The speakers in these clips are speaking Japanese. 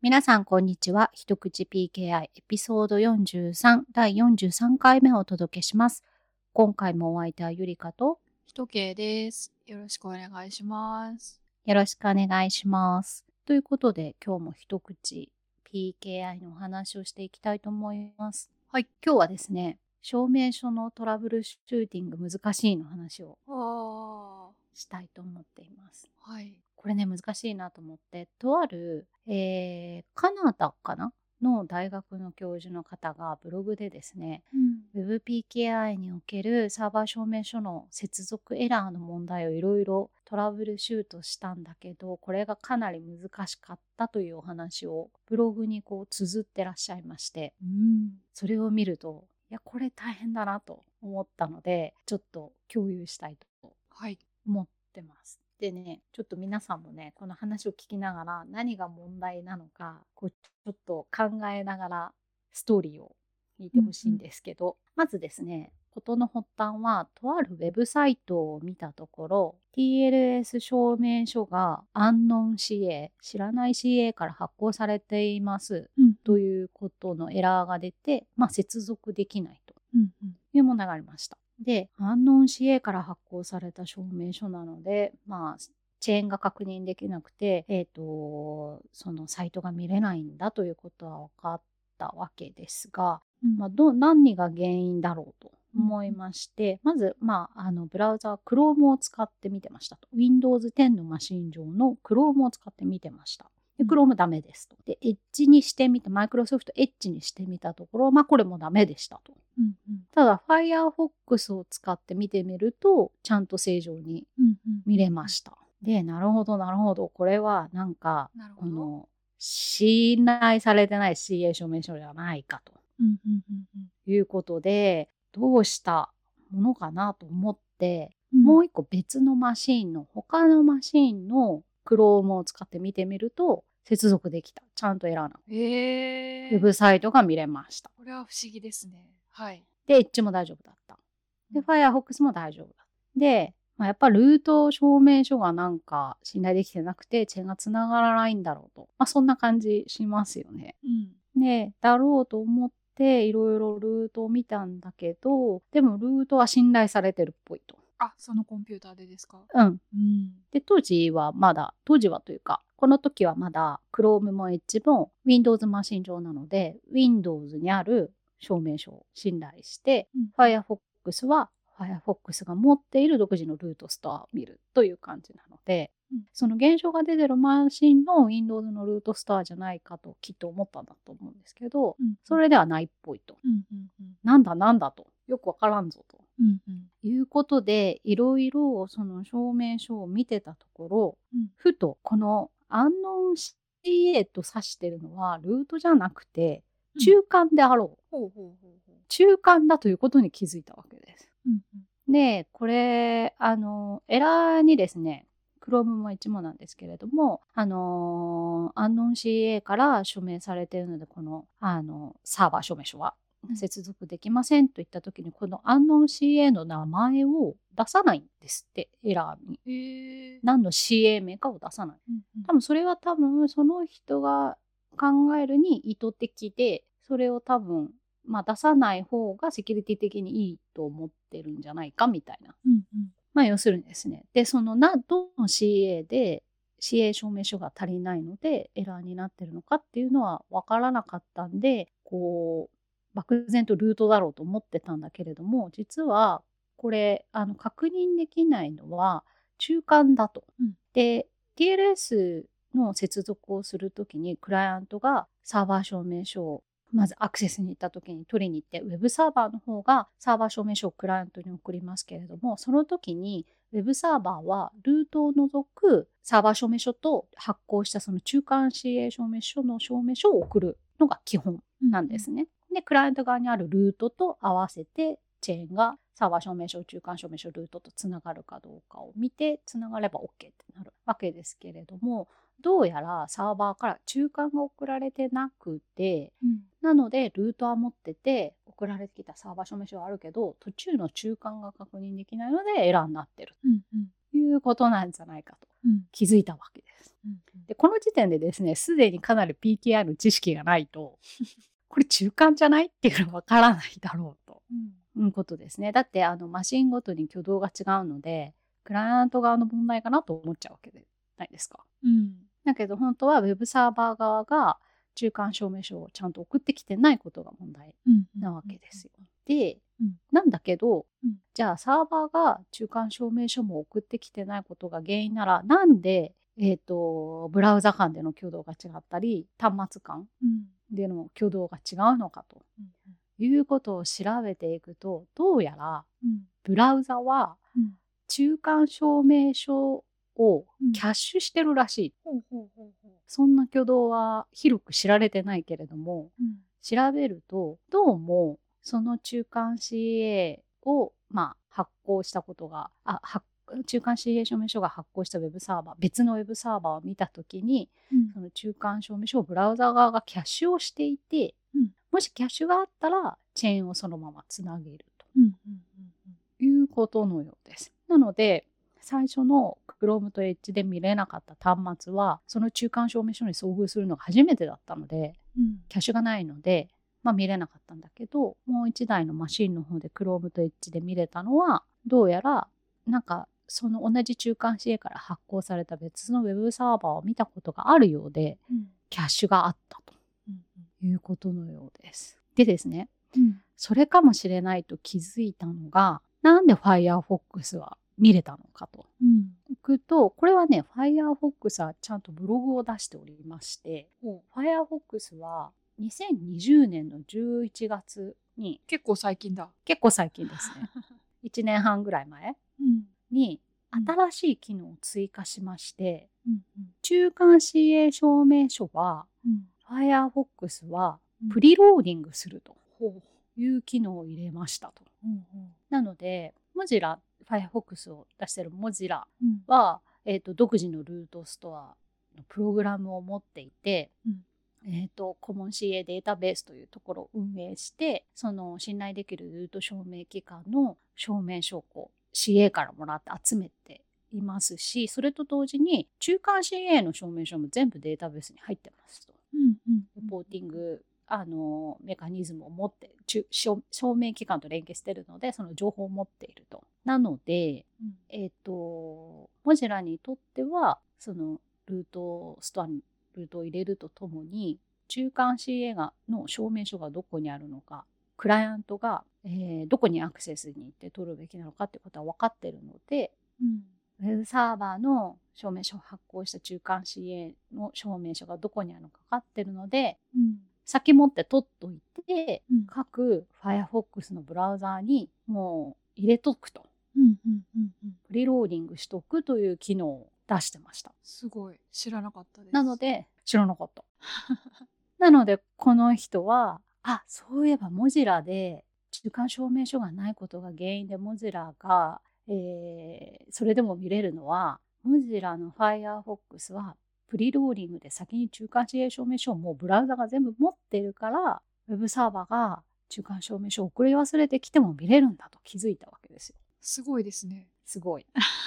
皆さん、こんにちは。一口 PKI エピソード43、第43回目をお届けします。今回もお相手はゆりかと、ひとけいです。よろしくお願いします。よろしくお願いします。ということで、今日も一口 PKI のお話をしていきたいと思います。はい。今日はですね、証明書のトラブルシューティング難しいの話をあしたいと思っています。あ、はい。これね難しいなと思ってとある、えーカナダかなの大学の教授の方がブログでですね WebPKI におけるサーバー証明書の接続エラーの問題をいろいろトラブルシュートしたんだけどこれがかなり難しかったというお話をブログにこう綴ってらっしゃいましてうん。それを見るといやこれ大変だなと思ったのでちょっと共有したいとはい。思ってます。でね、ちょっと皆さんもね、この話を聞きながら何が問題なのか、こうちょっと考えながらストーリーを聞いてほしいんですけど、まずですね、事の発端は、とあるウェブサイトを見たところ、TLS 証明書がアンノン CA、知らない CA から発行されていますうん。ということのエラーが出て、まあ、接続できないと。うん。うん。というものがありました。で、アンノン CA から発行された証明書なので、まあ、チェーンが確認できなくて、えっ、と、そのサイトが見れないんだということは分かったわけですが、うんまあ、どう何が原因だろうと思いまして、まず、まあ、あのブラウザー Chrome を使ってみてましたと Windows 10のマシン上の Chrome を使ってみてましたでうん Chrome ダメですとで Edge にしてみた Microsoft Edge にしてみたところ、まあ、これもダメでしたとうん。うん。ただ Firefox を使って見てみるとちゃんと正常にうん。見れましたでなるほどなるほどこれはなんかなるほこど。の信頼されてない CA 証明書じゃないかとうん。うん。うん。うん。いうことでどうしたものかなと思って、ももうう一個別のマシンの他のマシンの Chrome を使って見てみると接続できたちゃんとエラーなえウェブサイトが見れましたこれは不思議ですね。はい。で Edge も大丈夫だったでうん Firefox も大丈夫だで、まあ、やっぱルート証明書がなんか信頼できてなくてチェーンがつながらないんだろうと、まあ、そんな感じしますよねうん。ね、だろうと思っていろいろルートを見たんだけどでもルートは信頼されてるっぽいと。あ、そのコンピューターでですか。うん、うん。で当時はまだ当時はというかこの時はまだ Chrome も Edge も Windows マシン上なので Windows にある証明書を信頼してうん。 Firefox は Firefox が持っている独自のルートストアを見るという感じなので、うんその現象が出てるマシンの Windows のルートストアじゃないかときっと思ったんだと思うんですけど、うん。そ。れではないっぽいと。うん。うん。うん。なんだなんだと。よくわからんぞと。うん。うん。いうことで、いろいろその証明書を見てたところ、うんふとこのアンノン CA と指してるのはルートじゃなくて、うん中間であろう。ほうほうほうほう。中間だということに気づいたわけです。うん。うん。で、これ、あの、エラーにですね、Chrome も1もなんですけれども、あのー、アンノン CA から署名されているので、この、あの、サーバー証明書はうん接続できませんといったときに、このアンノン CA の名前を出さないんですって、エラーに。ええ。何の CA 名かを出さない。うん。うん多分それは多分その人が考えるに意図的でそれを多分、まあ、出さない方がセキュリティ的にいいと思ってるんじゃないかみたいな。うん。うん。まあ要するにですね。でそのなどの CA で CA 証明書が足りないのでエラーになってるのかっていうのは分からなかったんでこう漠然とルートだろうと思ってたんだけれども実はこれあの確認できないのは中間だと。うんで TLS の接続をするときにクライアントがサーバー証明書をまずアクセスに行ったときに取りに行ってウェブサーバーの方がサーバー証明書をクライアントに送りますけれどもその時にウェブサーバーはルートを除くサーバー証明書と発行したその中間 CA 証明書の証明書を送るのが基本なんですね。で、クライアント側にあるルートと合わせて、チェーンがサーバー証明書、中間証明書、ルートとつながるかどうかを見て、つながれば OK ってなるわけですけれども、どうやらサーバーから中間が送られてなくて、うん。なのでルートは持ってて、送られてきたサーバー証明書はあるけど、途中の中間が確認できないのでエラーになってるうん。うん。ということなんじゃないかとうん。気づいたわけです。でこの時点でですねすでにかなり PKI の知識がないと これ中間じゃないっていうのわからないだろうと、いうことですねだってあのマシンごとに挙動が違うのでクライアント側の問題かなと思っちゃうわけじゃないですか。うんだけど本当は Web サーバー側が中間証明書をちゃんと送ってきてないことが問題うんなわけですよ。で、うんなんだけど、うんじゃあサーバーが中間証明書も送ってきてないことが原因ならなんで、えー、とブラウザ間での挙動が違ったり端末間うんでの挙動が違うのかとうんいうことを調べていくとどうやらうんブラウザはうん中間証明書をうんキャッシュしてるらしい。ほうほうほうほうそんな挙動は広く知られてないけれどもうん調べるとどうもその中間 CA を、まあ、発行したことがあ発中間 CA 証明書が発行したウェブサーバー別のウェブサーバーを見た時にうんその中間証明書をブラウザ側がキャッシュをしていて、うんもしキャッシュがあったらチェーンをそのままつなげるとうんうんうんうんいうことのようです。なので最初の Chrome と Edge で見れなかった端末はその中間証明書に遭遇するのが初めてだったのでうんキャッシュがないので、まあ、見れなかったんだけどもう一台のマシンの方で Chrome と Edge で見れたのはどうやらなんかその同じ中間 CA から発行された別の Web サーバーを見たことがあるようでうんキャッシュがあったとうんいうことのようです。でですねうんそれかもしれないと気づいたのが、なんで Firefox は見れたのかと。うんいくと、これはね、Firefox はちゃんとブログを出しておりまして、Firefox は2020年の11月に、結構最近だ結構最近です ね。1年半ぐらい前うんに、うん新しい機能を追加しまして、うんうん中間 CA 証明書は、うん Firefox はうんプリローディングするとほいう機能を入れましたと。ううんうんなので、モジラ、Firefox を出してるモジラうんは、えー、と独自のルートストアのプログラムを持っていて、うんえー、とコモン CA データベースというところを運営してその信頼できるルート証明機関の証明証拠を CA からもらって集めていますしそれと同時に中間 CA の証明書も全部データベースに入ってますと。うんうんレポーティング、あのメカニズムを持って中証証明機関と連携しているのでその情報を持っていると。なので、うんえっとモジェラにとってはそのルートストアにルートを入れるとともに中間 CA がの証明書がどこにあるのかクライアントが、えーどこにアクセスに行って取るべきなのかってことは分かっているのでうんウェブサーバーの証明書を発行した中間 CA の証明書がどこにあるのか分かってるのでうん先もって取っといてうん各 Firefox のブラウザーにもう入れとくとうんうんうんうんプリローディングしとくという機能を出してましたすごい知らなかったですなので知らなかった なのでこの人はあそういえばモジラで中間証明書がないことが原因でモジラが、えーそれでも見れるのはモジラの Firefox はプリローリングで先に中間 CA 証明書をもうブラウザが全部持ってるからウェブサーバーが中間証明書を送り忘れてきても見れるんだと気づいたわけですよ。すごいですねすごい。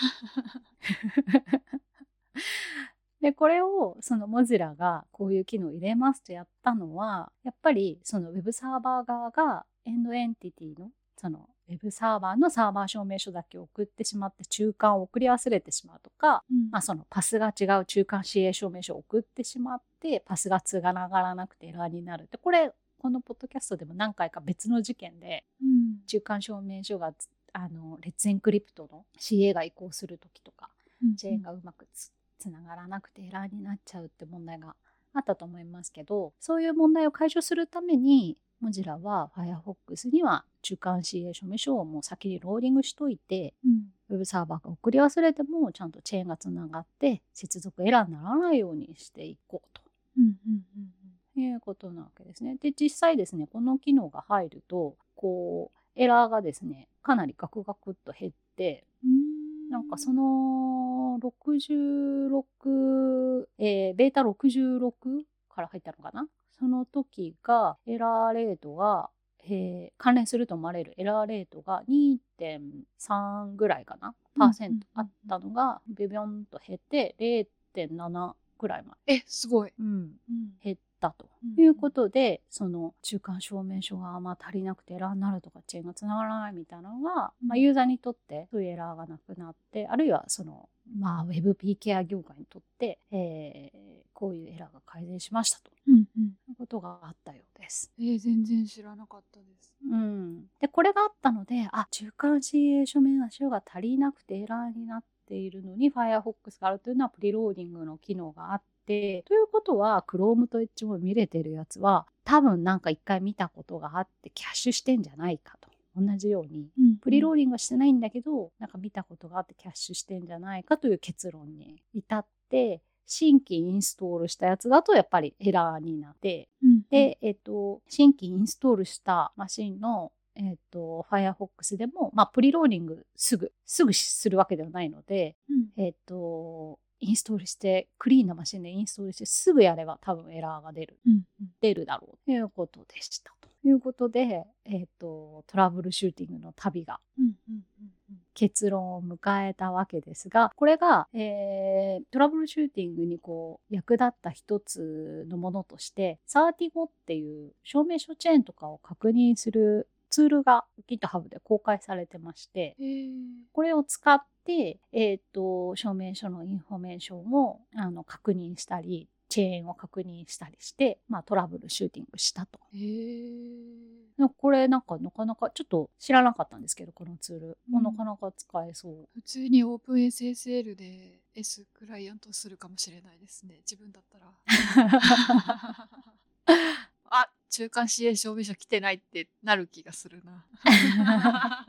でこれをそのモジュラがこういう機能を入れますとやったのはやっぱりそのウェブサーバー側がエンドエンティティのそのウェブサーバーのサーバー証明書だけ送ってしまって中間を送り忘れてしまうとか、うんまあ、そのパスが違う中間 CA 証明書を送ってしまってパスがつがながらなくてエラーになるってこれこのポッドキャストでも何回か別の事件でうん中間証明書がつあのレッツエンクリプトの CA が移行する時とかうんチェーンがうまくつつながらなくてエラーになっちゃうって問題があったと思いますけどそういう問題を解消するためにモジュラは Firefox には中間 CA 証明書をもう先にローリングしといてうんウェブサーバーが送り忘れてもちゃんとチェーンがつながって接続エラーにならないようにしていこうと。うんうんうんいうことなわけですね。で実際ですねこの機能が入るとこうエラーがですねかなりガクガクっと減ってうんなんかその66、えーベータ66から入ったのかなその時がエラーレートが、えー関連すると思われるエラーレートが2.3ぐらいかなパーセントあったのがビビョンと減って0.7くらいまで、え、すごい。うん、うん減ったと。うんいうことで、その中間証明書があんま足りなくてエラーになるとか遅延がつながらないみたいなのが、まあ、ユーザーにとってそういうエラーがなくなってあるいはその、まあ、WebPKR 業界にとって、えーこういうエラーが改善しましたとうんうん。いうことがあったようです。えー全然知らなかったです。うん、でこれがあったのであ中間 CA 書面書が足りなくてエラーになっているのに Firefox があるというのはプリローディングの機能があってということは Chrome と Edge も見れてるやつは多分なんか一回見たことがあってキャッシュしてんじゃないかと同じようにうんプリローディングはしてないんだけど、なんか見たことがあってキャッシュしてんじゃないかという結論に至って新規インストールしたやつだとやっぱりエラーになってうん、で、えっと、新規インストールしたマシンの、えっと、Firefox でも、まあ、プリローディングすぐ、すぐするわけではないので、うん、えっと、インストールして、クリーンなマシンでインストールして、すぐやれば多分エラーが出る、うん、出るだろうということでした。ということで、えっと、トラブルシューティングの旅がうん、うん、うん。結論を迎えたわけですがこれが、えートラブルシューティングにこう役立った一つのものとしてサーティゴっていう証明書チェーンとかを確認するツールが GitHub で公開されてましてえー、これを使って、えー、と証明書のインフォメーションをあの確認したりチェーンを確認したりして、まあ、トラブルシューティングしたと。えー、なんかこれなんかなかなかちょっと知らなかったんですけどこのツール、もうんなかなか使えそう普通にオープン SSL で S クライアントするかもしれないですね。自分だ ったら。あ、中間支援証明書来てないってなる気がするな。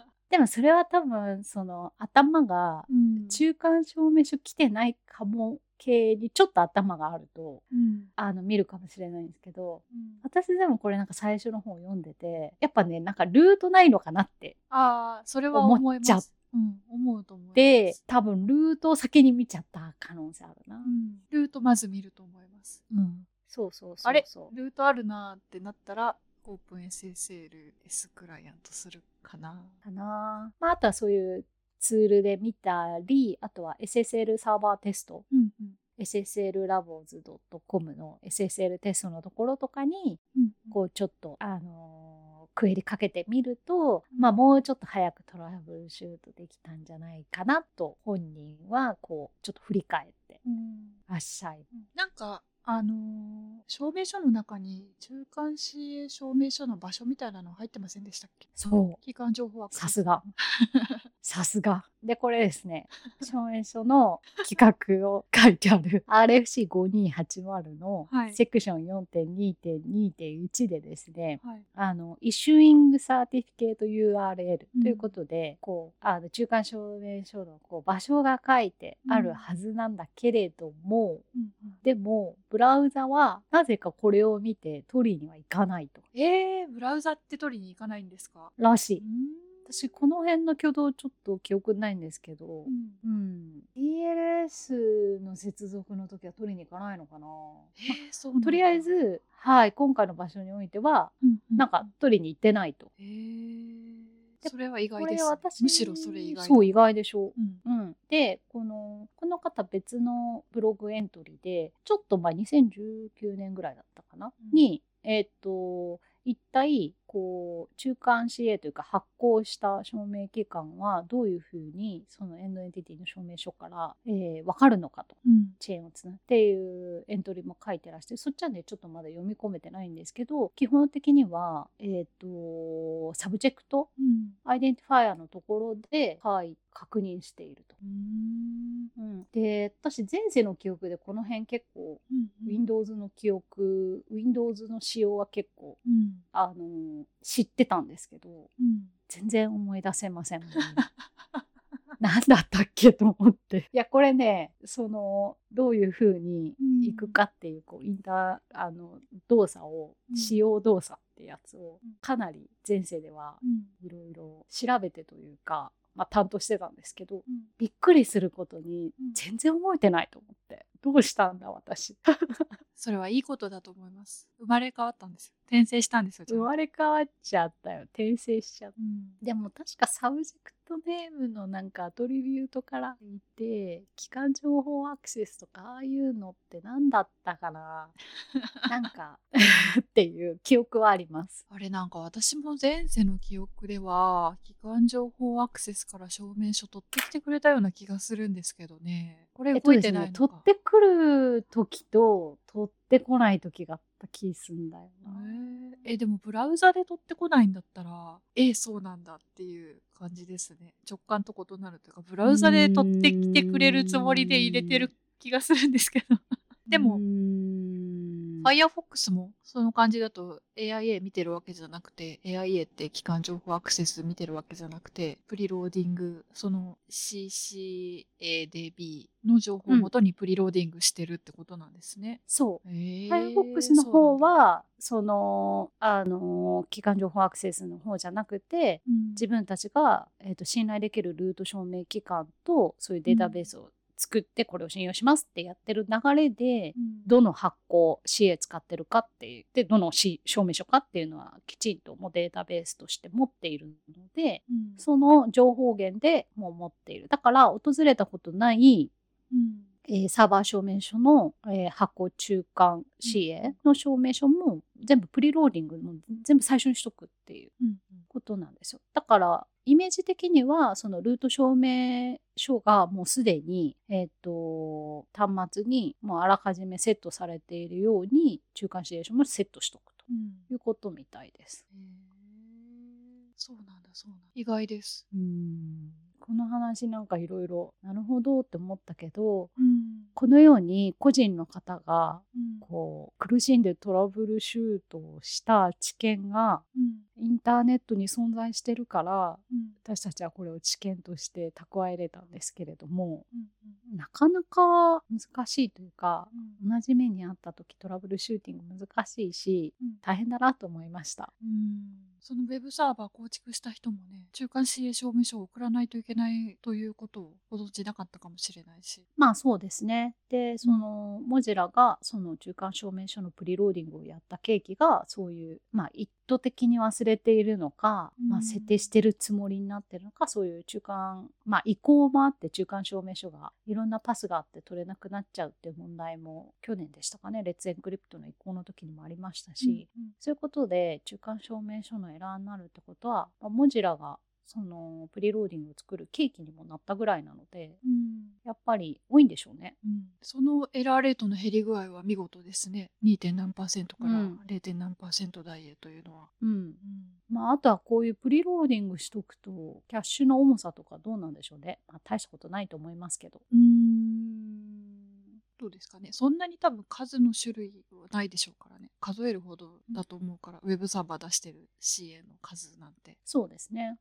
でもそれは多分その頭が うん中間証明書来てないかも系にちょっと頭があるとうんあの見るかもしれないんですけどうん私でもこれなんか最初の本読んでてやっぱねなんかルートないのかなってああ、それは思思いっちゃまっす。うん、思うと思います。で多分ルートを先に見ちゃった可能性あるなう。ん、ルートまず見ると思います。うんそうそうそうそうあれルートあるなーってなったら、オープン SSL、S クライアントするかな。かな。まあ、あとはそういうツールで見たりあとは SSL サーバーテストうんうん。 sslabos.com の SSL テストのところとかにうん、こうちょっと、あのークエリかけてみると、まあ、もうちょっと早くトラブルシュートできたんじゃないかなと本人はこうちょっと振り返ってうんらっしゃい。なんか、あのー証明書の中に中間 CA 証明書の場所みたいなの入ってませんでしたっけそう期間情報はさす がさすがでこれですね証明書の 企画を書いてある RFC5280 のはいセクション4.2.2.1でですね、はい。あの、イシュイングサーティフィケート URL うんということで、こう、あの中間証明書のこう場所が書いてあるはずなんだけれども、うんでも、ブラウザはなぜかこれを見て取りには行かないと。えー、ブラウザって取りに行かないんですからしうい。ん私、この辺の挙動ちょっと記憶ないんですけど、うん。DLS の接続の時は取りに行かないのかなえー、そうなんだとりあえ、ず、はい、今回の場所においては、うんうなんか、取りに行ってないと。えー、でそれは意外こでれす。私むしろそれ意外だそう、意外でしょ。うんうん、でこのこの方別のブログエントリーでちょっと前2019年ぐらいだったかな、うんにえっと一体こう中間 CA というか発行した証明機関はどういうふうにそのエンドエンティティの証明書から、えー、分かるのかと。うんチェーンをつなっていうエントリーも書いてらしてそっちはねちょっとまだ読み込めてないんですけど基本的には、えっとサブジェクトうんアイデンティファイアのところで、はい、確認していると。うんうん、で私前世の記憶でこの辺結構うんうん Windows の記憶、Windows の仕様は結構、うんあのー知ってたんですけどうん全然思い出せま せんもん何だったっけと思っていやこれねそのどういうふうにうん行くかっていうこうインターあの動作を使用動作ってやつをうんかなり前世ではうんいろいろ調べてというか、まあ、担当してたんですけどうんびっくりすることにうん全然覚えてないと思って、どうしたんだ私 それはいいことだと思います。生まれ変わったんですよ。転生したんですよ。ちゃん生とまれ変わっちゃったよ転生しちゃったうんでも確かサブジェクトネームのなんかアトリビュートからいて機関情報アクセスとかああいうのって何だったかななんか っていう記憶はあります。あれなんか私も前世の記憶では、機関情報アクセスから証明書取ってきてくれたような気がするんですけどね。これ動いてないの取かっ。てくる時と取ってこない時があった気すんだよへな。ええでもブラウザで取ってこないんだったらええそうなんだっていう感じですね直感と異なるというかブラウザで取ってきてくれるつもりで入れてる気がするんですけどでもうーん Firefox もその感じだと AIA 見てるわけじゃなくて AIA って機関情報アクセス見てるわけじゃなくてプリローディングその CCADB の情報をもとにプリローディングしてるってことなんですね。そうえーファイアフォックスの方、はそのあの機関情報アクセスの方じゃなくてそうなんだ自分たちが、えー、と信頼できるルート証明機関とそういうデータベースを作ってこれを信用しますってやってる流れで、うんどの発行 CA 使ってるかって言ってどの、C、証明書かっていうのはきちんともうデータベースとして持っているのでうんその情報源でもう持っているだから訪れたことないうんえーサーバー証明書の、えー発行中間 CA の証明書も全部プリローディングの全部最初にしとくっていううんことなんですよ。だからイメージ的にはそのルート証明書がもうすでに、えー、と端末にもうあらかじめセットされているように中間 CA 証もセットしとくとうんいうことみたいです。へーそうなんだそうなんだ意外です。うんこの話なんかいろいろなるほどって思ったけどうんこのように個人の方がうんこう苦しんでトラブルシュートをした知見がうんインターネットに存在してるからうん私たちはこれを知見として蓄え入れたんですけれどもうんうんなかなか難しいというかうん同じ目に遭った時トラブルシューティング難しいしうん大変だなと思いました。うんそのウェブサーバー構築した人もね中間 CA 証明書を送らないといけないということをご存知なかったかもしれないし。まあそうですね。で、その、モジェラが、その中間証明書のプリローディングをやったケーキが、そういう、まあ意図的に忘れているのか、うんまあ設定してるつもりになってるのか、そういう中間、まあ移行もあって中間証明書が、いろんなパスがあって取れなくなっちゃうっていう問題も、去年でしたかね、レッツエンクリプトの移行の時にもありましたし、うんそういうことで中間証明書のエラーになるってことは、まあ、モジェラが、そのプリローディングを作る契機にもなったぐらいなので、うんやっぱり多いんでしょうね。うんそのエラーレートの減り具合は見事ですね 2. 点何パーセントからうん 0. 点何パーセント台へというのは、うんうんまあ、あとはこういうプリローディングしとくとキャッシュの重さとかどうなんでしょうね、まあ、大したことないと思いますけどうーんどうですかねそんなに多分数の種類はないでしょうからね数えるほどだと思うから、ウェブサーバー出してる CA の数なんて、そうですね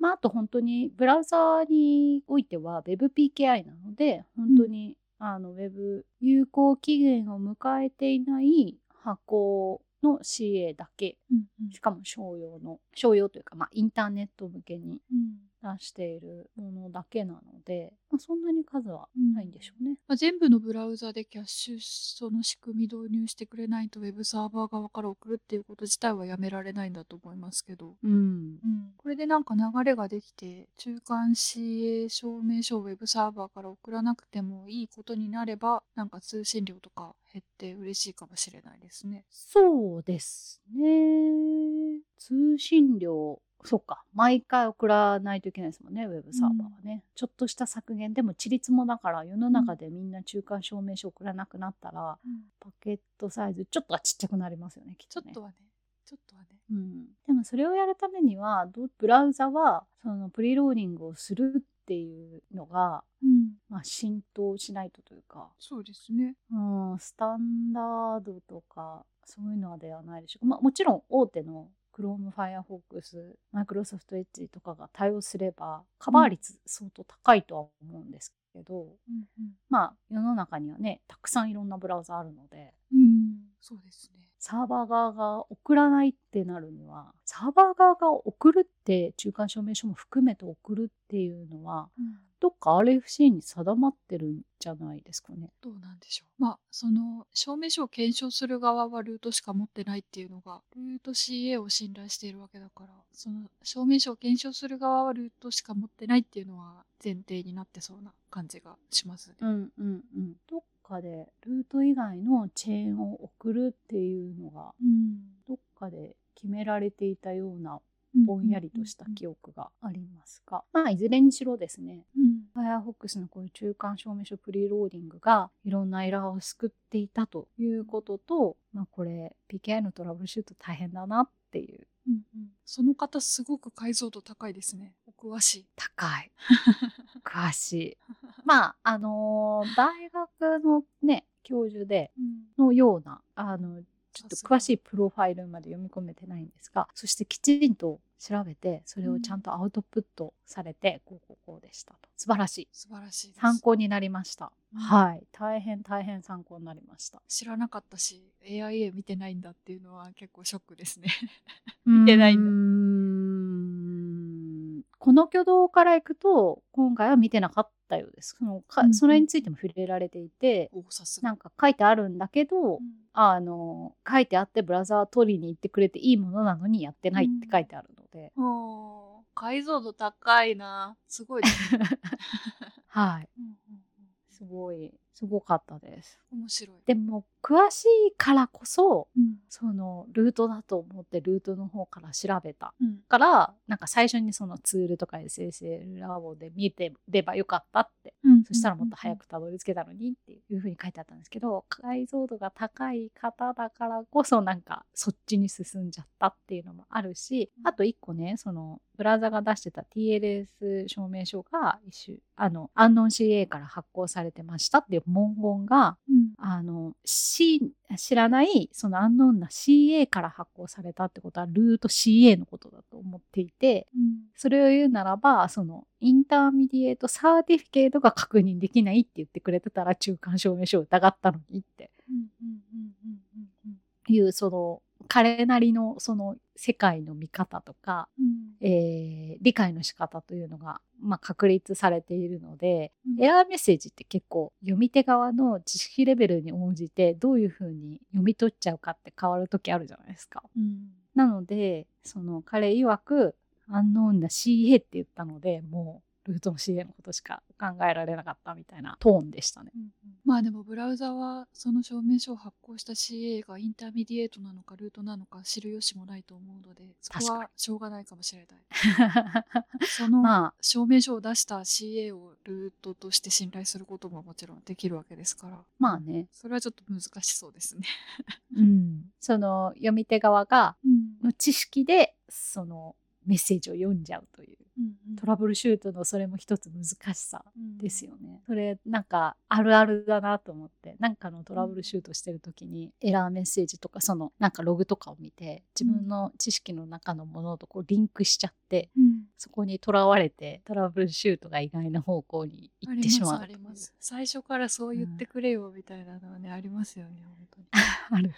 まああと本当にブラウザーにおいては WebPKI なので本当に、あの Web 有効期限を迎えていない箱の CA だけうんうんしかも商用の商用というか、まあ、インターネット向けにうん出しているものだけなので、まあ、そんなに数はないんでしょうね。まあ、全部のブラウザでキャッシュその仕組み導入してくれないとウェブサーバー側から送るっていうこと自体はやめられないんだと思いますけど、うんこれでなんか流れができて中間 CA 証明書をウェブサーバーから送らなくてもいいことになればなんか通信量とか減って嬉しいかもしれないですね。そうですね。通信量、そっか、毎回送らないといけないですもんね、ウェブサーバーはね。ちょっとした削減、でも、ちりつもだから、世の中でみんな中間証明書送らなくなったら、パケットサイズ、ちょっとはちっちゃくなりますよね、きっちょと、っね。とはねちょっとはね。うん、でもそれをやるためにはどブラウザはそのプリローディングをするっていうのが、まあ、浸透しないとというか、そうですね。うん、スタンダードとかそういうのではないでしょうか、まあ、もちろん大手の Chrome、Firefox、Microsoft Edge とかが対応すればカバー率相当高いとは思うんですけど、まあ世の中にはねたくさんいろんなブラウザあるのでうん、そうですね。サーバー側が送らないってなるにはサーバー側が送るって中間証明書も含めて送るっていうのはどっか RFC に定まってるんじゃないですかね。どうなんでしょう。まあ、その、証明書を検証する側はルートしか持ってないっていうのが、ルート CA を信頼しているわけだから、その、証明書を検証する側はルートしか持ってないっていうのは前提になってそうな感じがしますね。うんうんうん。どっかでルート以外のチェーンを送るっていうのが、うん。どっかで決められていたようなぼんやりとした記憶がありますが、まあいずれにしろですね、うん。 Firefox のこういう中間証明書プリローディングがいろんなエラーを救っていたということと、まあ、これ PKI のトラブルシュート大変だなっていううんうん、その方すごく解像度高いですね。お詳しい。高 い詳しいまああのー大学のね教授でうんのようなあのちょっとさすが詳しいプロファイルまで読み込めてないんですがそしてきちんと調べてそれをちゃんとアウトプットされて、こうこうこうでしたと素晴らしい素晴らしいです。参考になりました、うんはい大変大変参考になりました知らなかったし、AIA 見てないんだっていうのは結構ショックですね。見てないんだこの挙動からいくと今回は見てなかったようですそのかうんそれについても触れられていて おさすが。なんか書いてあるんだけどうんあの書いてあってブラウザー取りに行ってくれていいものなのにやってないって書いてあるので、おー解像度高いな。すごいですね。はいうんうんすごいすごかったですうん面白い。でも詳しいからこそうんそのルートだと思ってルートの方から調べたうんからなんか最初にそのツールとか SSL ラボで見てればよかったってうんそしたらもっと早くたどり着けたのにっていうふうに書いてあったんですけど解像度が高い方だからこそなんかそっちに進んじゃったっていうのもあるしあと一個ねそのブラウザが出してた TLS 証明書が一種あのアンノン CA から発行されてましたっていう文言がうんあの、C、知らない、そのアンノーンな CA から発行されたってことは、ルート CA のことだと思っていて、うんそれを言うならば、その、インターミディエートサーティフィケートが確認できないって言ってくれてたら、中間証明書を疑ったのにってうんうんうんうんうんうんいう、その、彼なりの、その、世界の見方とか、うんえー理解の仕方というのが、まあ、確立されているので、うんエラーメッセージって結構読み手側の知識レベルに応じてどういうふうに読み取っちゃうかって変わる時あるじゃないですか。うんなのでその彼曰く「アンノーンな CA」って言ったのでもうルートの CA のことしか考えられなかったみたいなトーンでした ね。まあでもブラウザはその証明書を発行した CA がインターミディエートなのかルートなのか知る由もないと思うのでそこ確かはしょうがないかもしれないそのまあ証明書を出した CA をルートとして信頼することももちろんできるわけですからまあね、それはちょっと難しそうですね、うん、その読み手側がの知識でそのメッセージを読んじゃうというトラブルシュートのそれも一つ難しさルですよね。それなんかあるあるだなと思ってなんかのトラブルシュートしてる時にエラーメッセージとかそのなんかログとかを見て自分の知識の中のものとこうリンクしちゃってそこにとらわれてトラブルシュートが意外な方向に行あっりてしままうすあります最初からそう言ってくれよみたいなのはね、ありますよね本当にあ る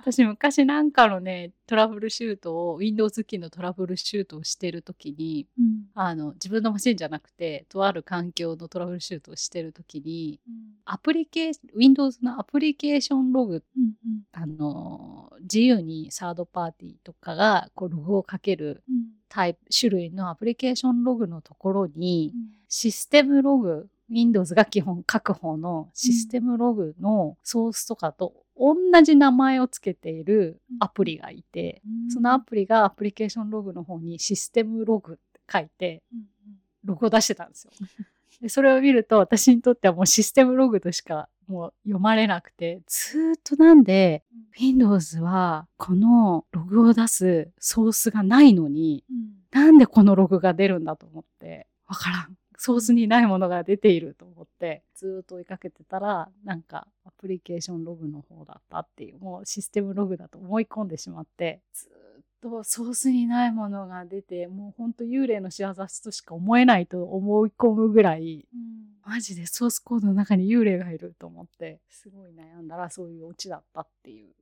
私昔なんかのねトラブルシュートを Windows 機のトラブルシュートをしてる時にうんあの自分のマシンじゃなくてとある環境のトラブルシュートをしてる時にうんアプリケーション Windows のアプリケーションログうんうんあの自由にサードパーティーとかがこうログをかけるうんタイプ種類のアプリケーションログのところにうんシステムログ Windows が基本確保のシステムログのソースとかと同じ名前を付けているアプリがいてそのアプリがアプリケーションログの方にシステムログって書いてうんログを出してたんですよ。でそれを見ると私にとってはもうシステムログとしかもう読まれなくてずーっとなんでうん Windows はこのログを出すソースがないのにうんなんでこのログが出るんだと思ってわからんソースにないものが出ていると思ってずーっと追いかけてたらなんかアプリケーションログの方だったっていうもうシステムログだと思い込んでしまってずーっとソースにないものが出てもうほんと幽霊の仕業としか思えないと思い込むぐらいうんマジでソースコードの中に幽霊がいると思ってすごい悩んだらそういうオチだったっていう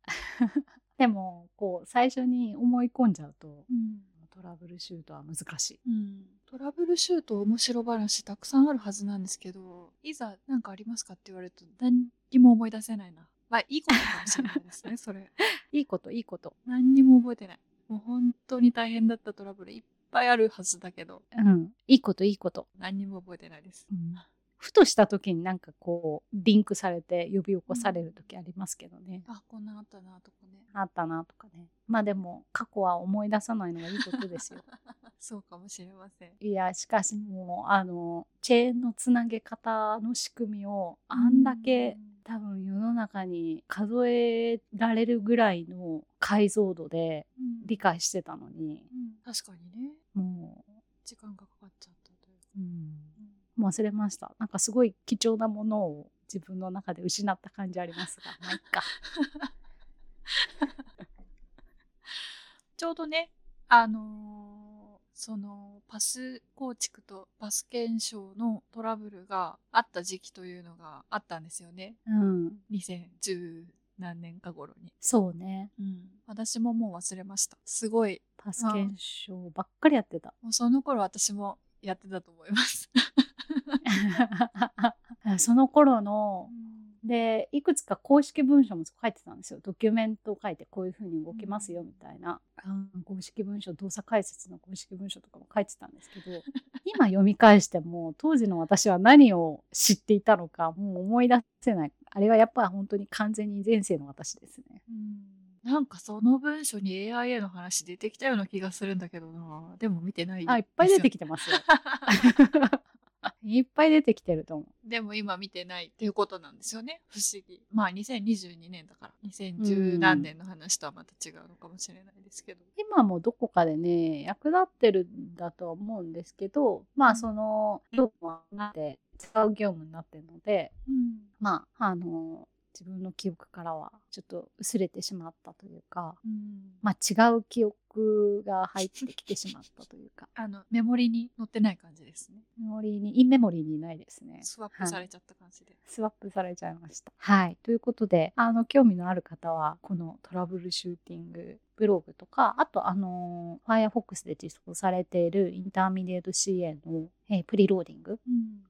でもこう最初に思い込んじゃうとうんトトラブルシュートは難しい。うん、トラブルシュート面白話たくさんあるはずなんですけどいざ何かありますかって言われると何にも思い出せないなまあいいことかもしれないですねそれいいこと、いいこと。何にも覚えてないもう本当に大変だったトラブルいっぱいあるはずだけどうん。いいこと、いいこと。何にも覚えてないですふとした時になんかこう、リンクされて呼び起こされる時ありますけどね。あこんなのあったなとかねあったなとかね。まあでも、過去は思い出さないのがいいことです よ。 そうかもしれませんいや、しかしもう、あの、チェーンのつなげ方の仕組みを、あんだけ、多分世の中に数えられるぐらいの解像度でうん理解してたのに、うん確かにねも時間がかかっちゃったというかう、もう忘れました。なんかすごい貴重なものを自分の中で失った感じありますが、まあ、いっか。ちょうどね、あのーそのパス構築とパス検証のトラブルがあった時期というのがあったんですよね。うん。 2010何年か頃に。そうね。うん。私ももう忘れました。すごい。パス検証ばっかりや ってた。もうその頃私もやってたと思います。その頃の、で、いくつか公式文書も書いてたんですよ。ドキュメントを書いて、こういうふうに動きますよ、みたいな。うん公式文書、動作解説の公式文書とかも書いてたんですけど、 今読み返しても、当時の私は何を知っていたのか、もう思い出せない。あれはやっぱり本当に完全に前世の私ですね。うんなんかその文章に AIA の話出てきたような気がするんだけどな。でも見てない。あ、いっぱい出てききてますよ。 いっぱい出てきてると思う。 でも今見てないっていうことなんですよね不思議まあ2022年だからう2010ん何年の話とはまた違うのかもしれないですけど、今もどこかでね役立ってるんだとは思うんですけどまあその業務はなって使う業務になってるのでまああの自分の記憶からはちょっと薄れてしまったというか、まあ、違う記憶が入ってきてしまったというかあのメモリに載ってない感じですねメモリーにインメモリーにいないですね。スワップされちゃった感じで、スワップされちゃいました。はい。ということで、あの、興味のある方は、このトラブルシューティングブログとか、あと、あのー、Firefox で実装されているインターミデート CA の、えープリローディング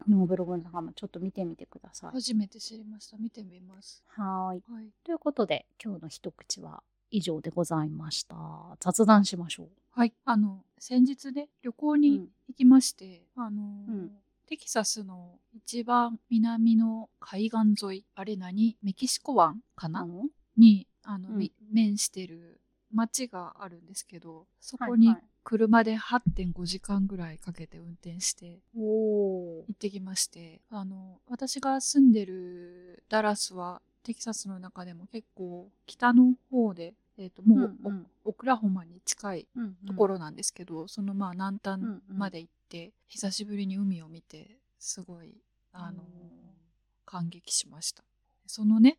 のブログの中もちょっと見てみてください。初めて知りました見てみますはーい。はいということで、今日の一口は以上でございました。雑談しましょう。はいあの先日ね旅行うにん行きまして、あのーうんテキサスの一番南の海岸沿いあれ何メキシコ湾かな、あのにあの、うんみ面してる町があるんですけどそこはにいはい車で8.5時間ぐらいかけて運転しておー行ってきましてあの私が住んでるダラスはテキサスの中でも結構北の方で、えー、ともう、うんうんオクラホマに近いうんうんところなんですけど、そのまあ南端うんうんまで行って、久しぶりに海を見てすごいあのー感激しました。そのね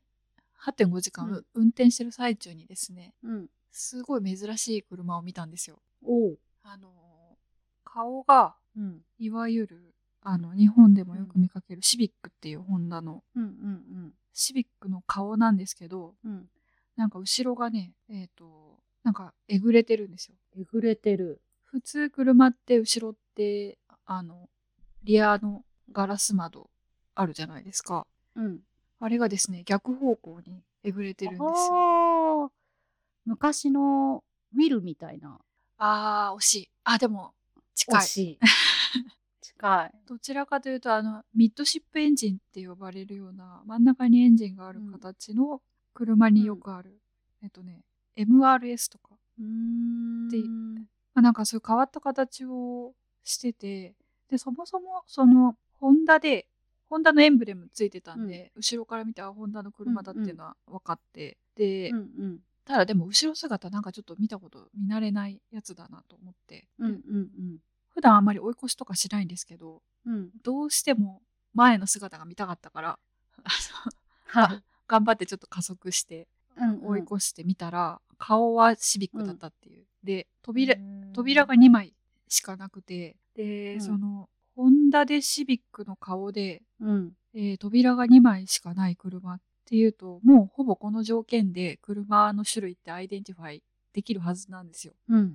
8.5時間、うん運転してる最中にですねうん。すごい珍しい車を見たんですよ。おーあのー顔がうん。いわゆるあの日本でもよく見かけるシビックっていうホンダのうんうんシビックの顔なんですけどうん。うん。なんか後ろがねえっ、となんかえぐれてるんですよ。えぐれてる。普通車って後ろってあのリアのガラス窓あるじゃないですかうん。あれがですね逆方向にえぐれてるんですよあー昔のウィルみたいなあー惜しいあでも近惜いしい 近いどちらかというとあのミッドシップエンジンって呼ばれるような真ん中にエンジンがある形の車によくある、えっとね MRS とか、うーんでまあ、なんかそういう変わった形をしててでそもそもそのホンダでホンダのエンブレムついてたんで、後ろから見てあホンダの車だっていうのは分かって、で、うんうんただでも後ろ姿なんかちょっと見たこと見慣れないやつだなと思って、うんでうん普段あんまり追い越しとかしないんですけどうんうんどうしても前の姿が見たかったからあのはい頑張ってちょっと加速してうん追い越してみたら、顔はシビックだったっていう、で扉うん扉が2枚しかなくてで、うんそのホンダでシビックの顔で、うんえー扉が2枚しかない車っていうともうほぼこの条件で車の種類ってアイデンティファイできるはずなんですよ。うんうんう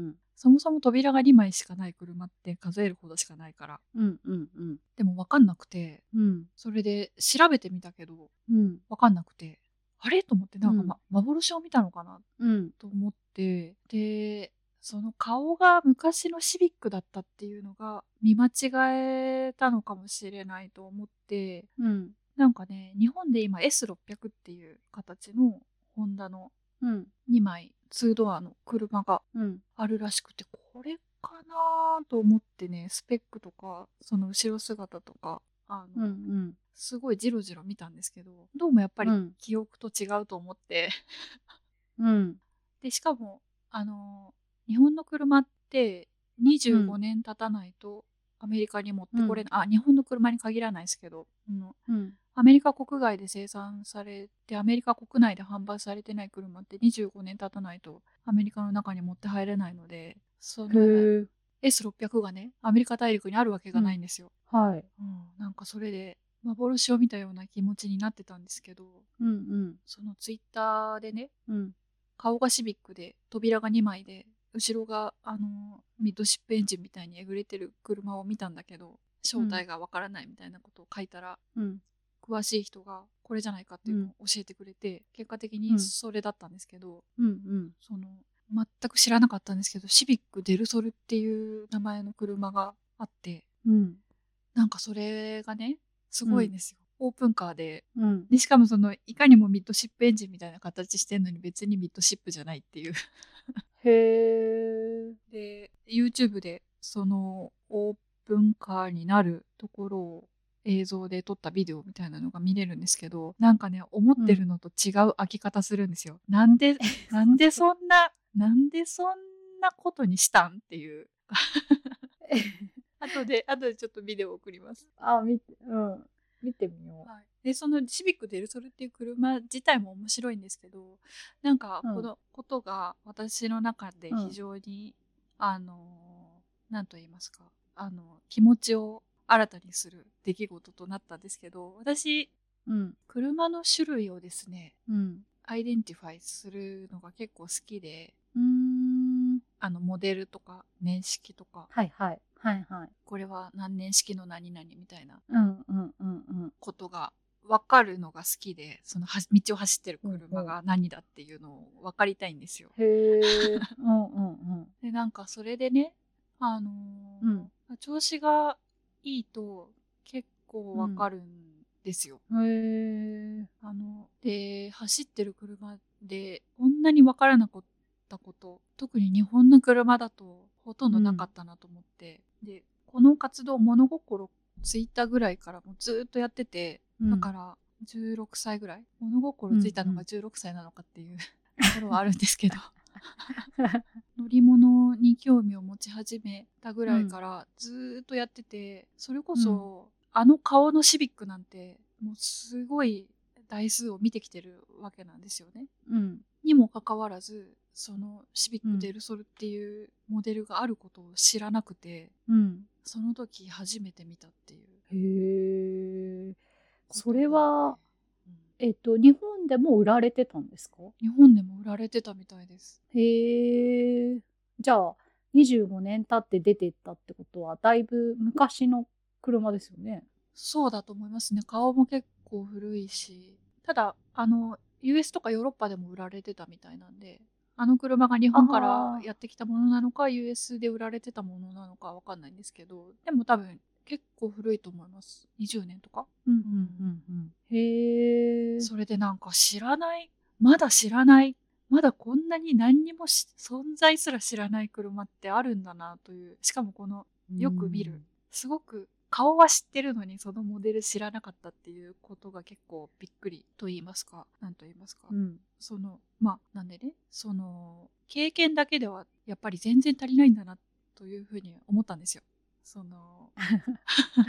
んそもそも扉が2枚しかない車って数えるほどしかないから。うんうんうんでも分かんなくて、うんそれで調べてみたけど、うん分かんなくて、あれと思って、なんか、ま幻を見たのかなうんと思って、で、その顔が昔のシビックだったっていうのが見間違えたのかもしれないと思って、うんなんかね、日本で今 S600 っていう形のホンダのうん2枚、2ドアの車がうんあるらしくて、これかなと思ってね、スペックとか、その後ろ姿とか、あうの、んすごいジロジロ見たんですけど、どうもやっぱりうん記憶と違うと思って、うんで、しかも、あの、日本の車って25年経たないとアメリカに持ってこれない、あ、日本の車に限らないですけど、あのうんアメリカ国外で生産されて、アメリカ国内で販売されてない車って25年経たないとアメリカの中に持って入れないので、そのへえ S600 がね、アメリカ大陸にあるわけがないんですよ。はいうんなんかそれで、幻を見たような気持ちになってたんですけど、うんうんそのツイッターでね、うん顔がシビックで、扉が2枚で、後ろが、あの、ミッドシップエンジンみたいにえぐれてる車を見たんだけど、正体がわからないみたいなことを書いたら、うん詳しい人がこれじゃないかっていうのを教えてくれて、結果的うにんそれだったんですけど、うんうんその全く知らなかったんですけどシビック・デルソルっていう名前の車があってうんなんかそれがねすごいんですよ、オープンカーでうんでしかもそのいかにもミッドシップエンジンみたいな形してんのに別にミッドシップじゃないっていうへえで YouTube でそのオープンカーになるところを映像で撮ったビデオみたいなのが見れるんですけどなんかね思ってるのと違う開き方するんですよ。なんでなんでそんななんでそんなことにしたんっていう。後で後でちょっとビデオ送ります。あ見てうん見てみよでそのシビック・デルソルっていう車自体も面白いんですけどなんかうんこのことが私の中で非常に、あの何と言いますかあの気持ちを新たにする出来事となったんですけど私ううん車の種類をですねうんアイデンティファイするのが結構好きでうーんあのモデルとか年式とかはいはいはいはいこれは何年式の何々みたいなうんうんうんうんことが分かるのが好きでそのは道を走ってる車が何だっていうのを分かりたいんですよ。へえうんうんうんでなんかそれでね、あのー調子がいいと結構分かるんですよ。へえ。、あので走ってる車でこんなに分からなかったこと特に日本の車だとほとんどなかったなと思って、でこの活動物心ついたぐらいからもうずーっとやってて。だからら16歳ぐらい物心ついたのが16歳なのかっていう ところはあるんです けど乗り物に興味を持ち始めたぐらいからずーっとやっててそれこそあの顔のシビックなんてもうすごい台数を見てきてるわけなんですよね。うん。にもかかわらずそのシビッうク・んデルソルっていうモデルがあることを知らなくてうん。その時初めて見たってへいうえ。ことそれは、うんえっと、日本でも売られてたんですか日本でも売られてたみたいです。へえ。じゃあ、25年経って出てったってことは、だいぶ昔の車ですよね。そうだと思いますね。顔も結構古いし、ただ、あの、US とかヨーロッパでも売られてたみたいなんで、あの車が日本からあーやってきたものなのか、US で売られてたものなのかわかんないんですけど、でも多分結構古いと思います。20年とか。うんうんうんうん。へえ。それでなんか知らない、まだ知らない、まだこんなに何にもし存在すら知らない車ってあるんだなという、しかもこのよく見る。すごく顔は知ってるのにそのモデル知らなかったっていうことが結構びっくりと言いますか何と言いますか、うん。そのまあなんでねその経験だけではやっぱり全然足りないんだなというふうに思ったんですよ。その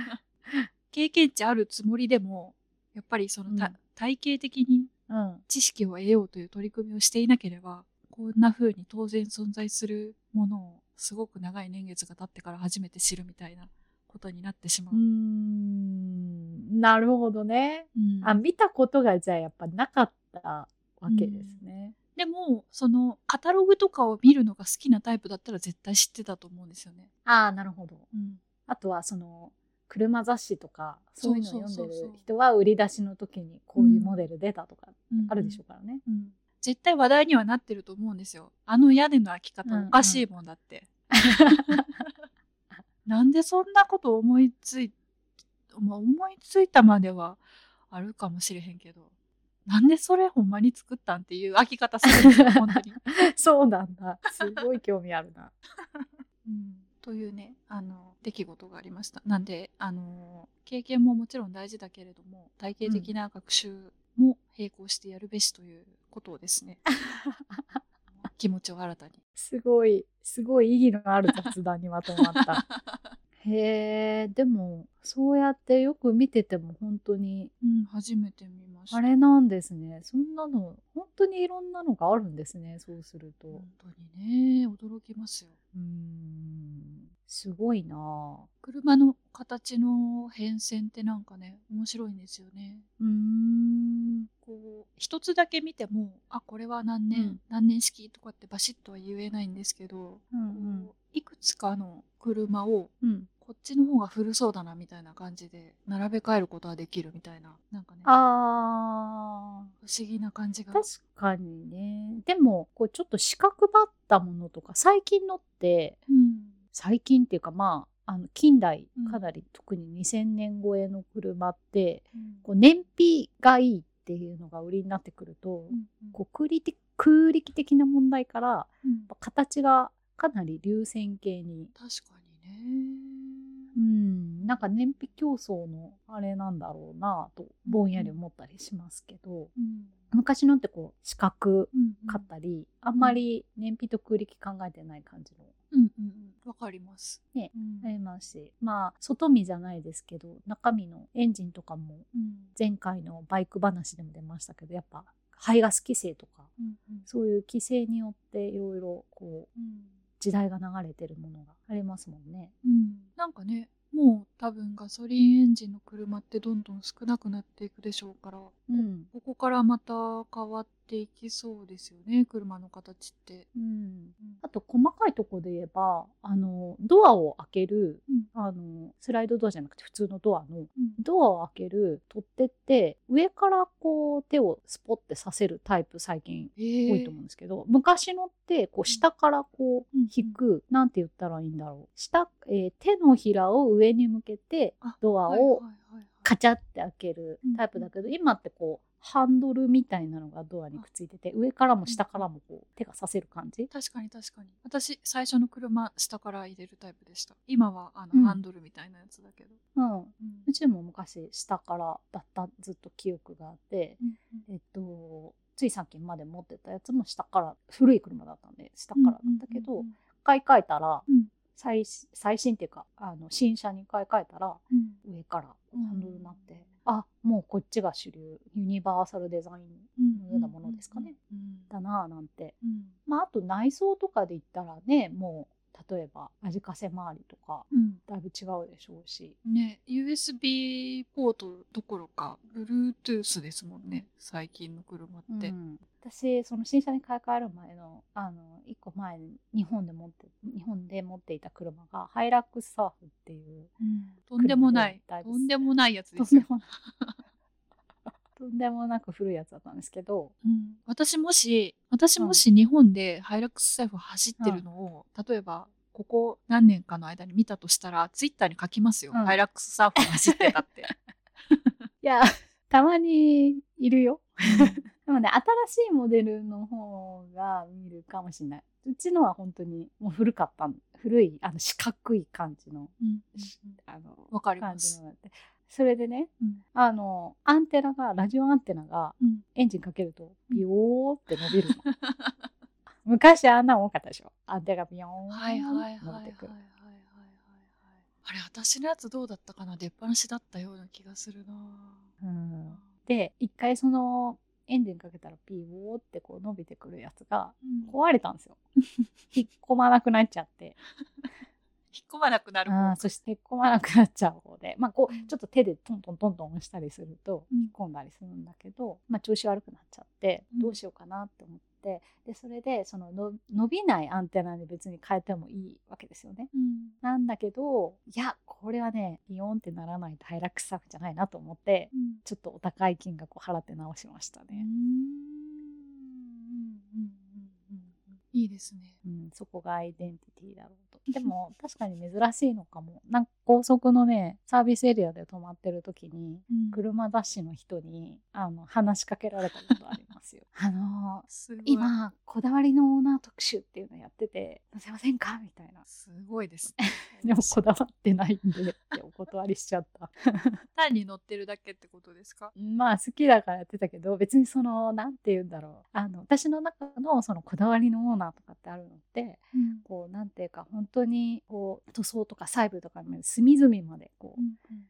経験値あるつもりでもやっぱりそのた、うん体系的にうん。知識を得ようという取り組みをしていなければこんな風に当然存在するものをすごく長い年月が経ってから初めて知るみたいなことになってしまう。うーん。なるほどね。うんあ、見たことがじゃあやっぱなかったわけですね。でも、その、カタログとかを見るのが好きなタイプだったら絶対知ってたと思うんですよね。ああ、なるほど。うん。あとはその車雑誌とかそういうのをそう読んそうでそうるそう人は売り出しの時にこういうモデル出たとかあるでしょうからね。うん。うん絶対話題にはなってると思うんですよ。あの屋根の開き方うんおかしいもんだって。 なんでそんなこと思いつい、まあ、思いついたまではあるかもしれへんけど、なんでそれほんまに作ったんっていう開き方するんで すよ、本当に。そうなんだ。すごい興味あるな。うんというねあの出来事がありましたなんであの経験ももちろん大事だけれども体系的な学習も並行してやるべしということをで すね、気持ちを新たにすごい、すごい意義のある雑談にまとまった。 へえ、でもそうやってよく見てても本当にうん初めて見ましたあれなんですね。そんなの、本当にいろんなのがあるんですね。そうすると。本当にね驚きますようーん、すごいなあ車の形の変遷ってなんかね面白いんですよねうーん。こう一つだけ見てもあこれは何う年、ん何年式とかってバシッとは言えないんですけど、うんこういくつかの車をうん。うん。こっちの方が古そうだなみたいな感じで並べ替えることはできるみたいななんかね不あ思議な感じーが確かにねでもこうちょっと四角ばったものとか最近のってうん最近っていうかまああの近代うんかなり特に2000年超えの車って、うんこう燃費がいいっていうのが売りになってくると、うんうんこう空力空力的な問題からやうんっぱ形がかなり流線形に、確かにうねん、なんか燃費競争のあれなんだろうなとぼんやり思ったりしますけど、うん昔のってこう四角うんかったり、あんまり燃費と空力考えてない感じのうんうんうんわかりますねうんありますしまあ外見じゃないですけど中身のエンジンとかもうん前回のバイク話でも出ましたけどやっぱ排ガス規制とかうんうんそういう規制によっていろいろこううん時代が流れてるものがありますもんね。うんなんかねもう多分ガソリンエンジンの車ってどんどん少なくなっていくでしょうからうんここからまた変わっていきそうですよね車の形って。うんうんあと細かいとこで言えばあのドアを開けるうんあのスライドドアじゃなくて普通のドアのうんドアを開ける取っ手って上からこう手をスポッてさせるタイプ最近えー多いと思うんですけど、昔のってこう下からこううん引く、なんて言ったらいいんだろう下、えー手のひらを上に向けてあドアはいをはいはいはいカチャって開けるタイプだけど、今ってこうハンドルみたいなのがドアにくっついてて上からも下からもこう手がさせる感じ確かに確かに私最初の車下から入れるタイプでした今はあの、うんハンドルみたいなやつだけど、うんうんうちも昔下からだったずっと記憶があってうえんっと、ついさっきまで持ってたやつも下から古い車だったんで下からだったけど、うん買い替えたら、うん最新最新っていうかあの新車に買い替えたらうん上からうんハンドルになって、あもうこっちが主流ユニバーサルデザインうんのようなものですかね、うんだなぁなんて、うんまあ、あと内装とかで言ったらねもう例えば味かせ周りとかうんだいぶ違うでしょうしね USB ポートどころか Bluetooth ですもんね最近の車って、うん私その新車に買い替える前のあの1個前に日本で持って日本で持っていた車がハイラックスサーフっていうとんでもない車でだいぶとんでもないやつとでんすでよもなとんでもなく古いやつだったんですけどうん私もし、私もし日本でハイラックス財布走ってるのを、例えば、ここ何年かの間に見たとしたら、ツイッターに書きますよ。うんハイラックスサーフ走って たって。いやたまにいるよでもね新しいモデルの方が見るかもしれないうちのは本当にもう古かったの古いあの四角い感じのうんあのわかり感まじす。のだってそれでねうんあのアンテナがラジオアンテナがうんエンジンかけるとビヨーって伸びるの。昔あんなの多かったでしょ。アンテナがビヨーン はいはいはいって伸はいはいはいびてくはいる。あれ、私のやつどうだったかな出っ放しだったような気がするなうんで一回そのエンジンかけたらビヨーってこう伸びてくるやつがうん壊れたんです よ。引っ込まなくなっちゃって。引っ込まなくなるあ方ーそして引っ込まなくなっちゃう方で。まあこうんうちょっと手でトントントントン押したりするとうん込んだりするんだけど、まあ、調子悪くなっちゃってうんどうしようかなって思っってでそれでそのの伸びないアンテナに別に変えてもいいわけですよね。うんなんだけどいやこれはねビヨンってならないとハイラックスサーフじゃないなと思ってうんちょっとお高い金額を払って直しましたうーんね。いいですね。うん、そこがアイデンティティだろうと。でも確かに珍しいのかも。 なんか高速のねサービスエリアで止まってる時に車ダッシュの人にあの話しかけられたことありますよ。 あのーすごい今こだわりのオーナー特集っていうのやってて載せませんかみたいな。。すごいですねでもこだわってないんでってお断りしちゃった。 単に乗ってるだけってことですか？まあ好きだからやってたけど別にそのなんて言うんだろうあの私の中のそのこだわりのオーナーとかってあるのってこうなんていうか本当にこう塗装とか細部とかまで隅々までこ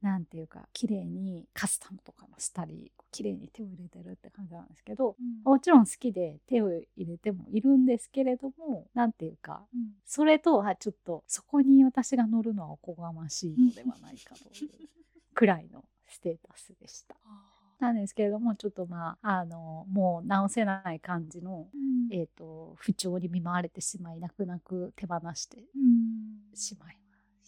う、なんていうか綺麗にカスタムとかもしたりこう綺麗に手を入れてるって感じなんですけどもちろん好きで手を入れてもいるんですけれどもなんていうかそれとはちょっとそこに私が乗るのはおこがましいのではないかというくらいのステータスでした。なんですけれどもちょっとまああのもう直せない感じの、えー、と不調に見舞われてしまい泣く泣く手放してしまい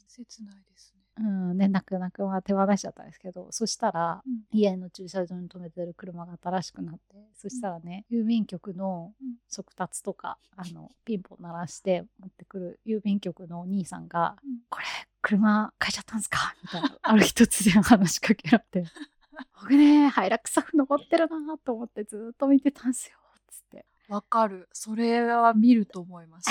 切ないですね。うんね、泣く泣くは手放しちゃったんですけどそしたら、うん家の駐車場に止めてる車が新しくなってそしたらね、郵便局のうん速達とかあのピンポン鳴らして持ってくる郵便局のお兄さんが「うんこれ車変えちゃったんですか?」みたいなある日突然話しかけられ て「僕ねハイラックサフ残ってるな」と思ってずっと見てたんですよつ ってわかる。それは見ると思い ます。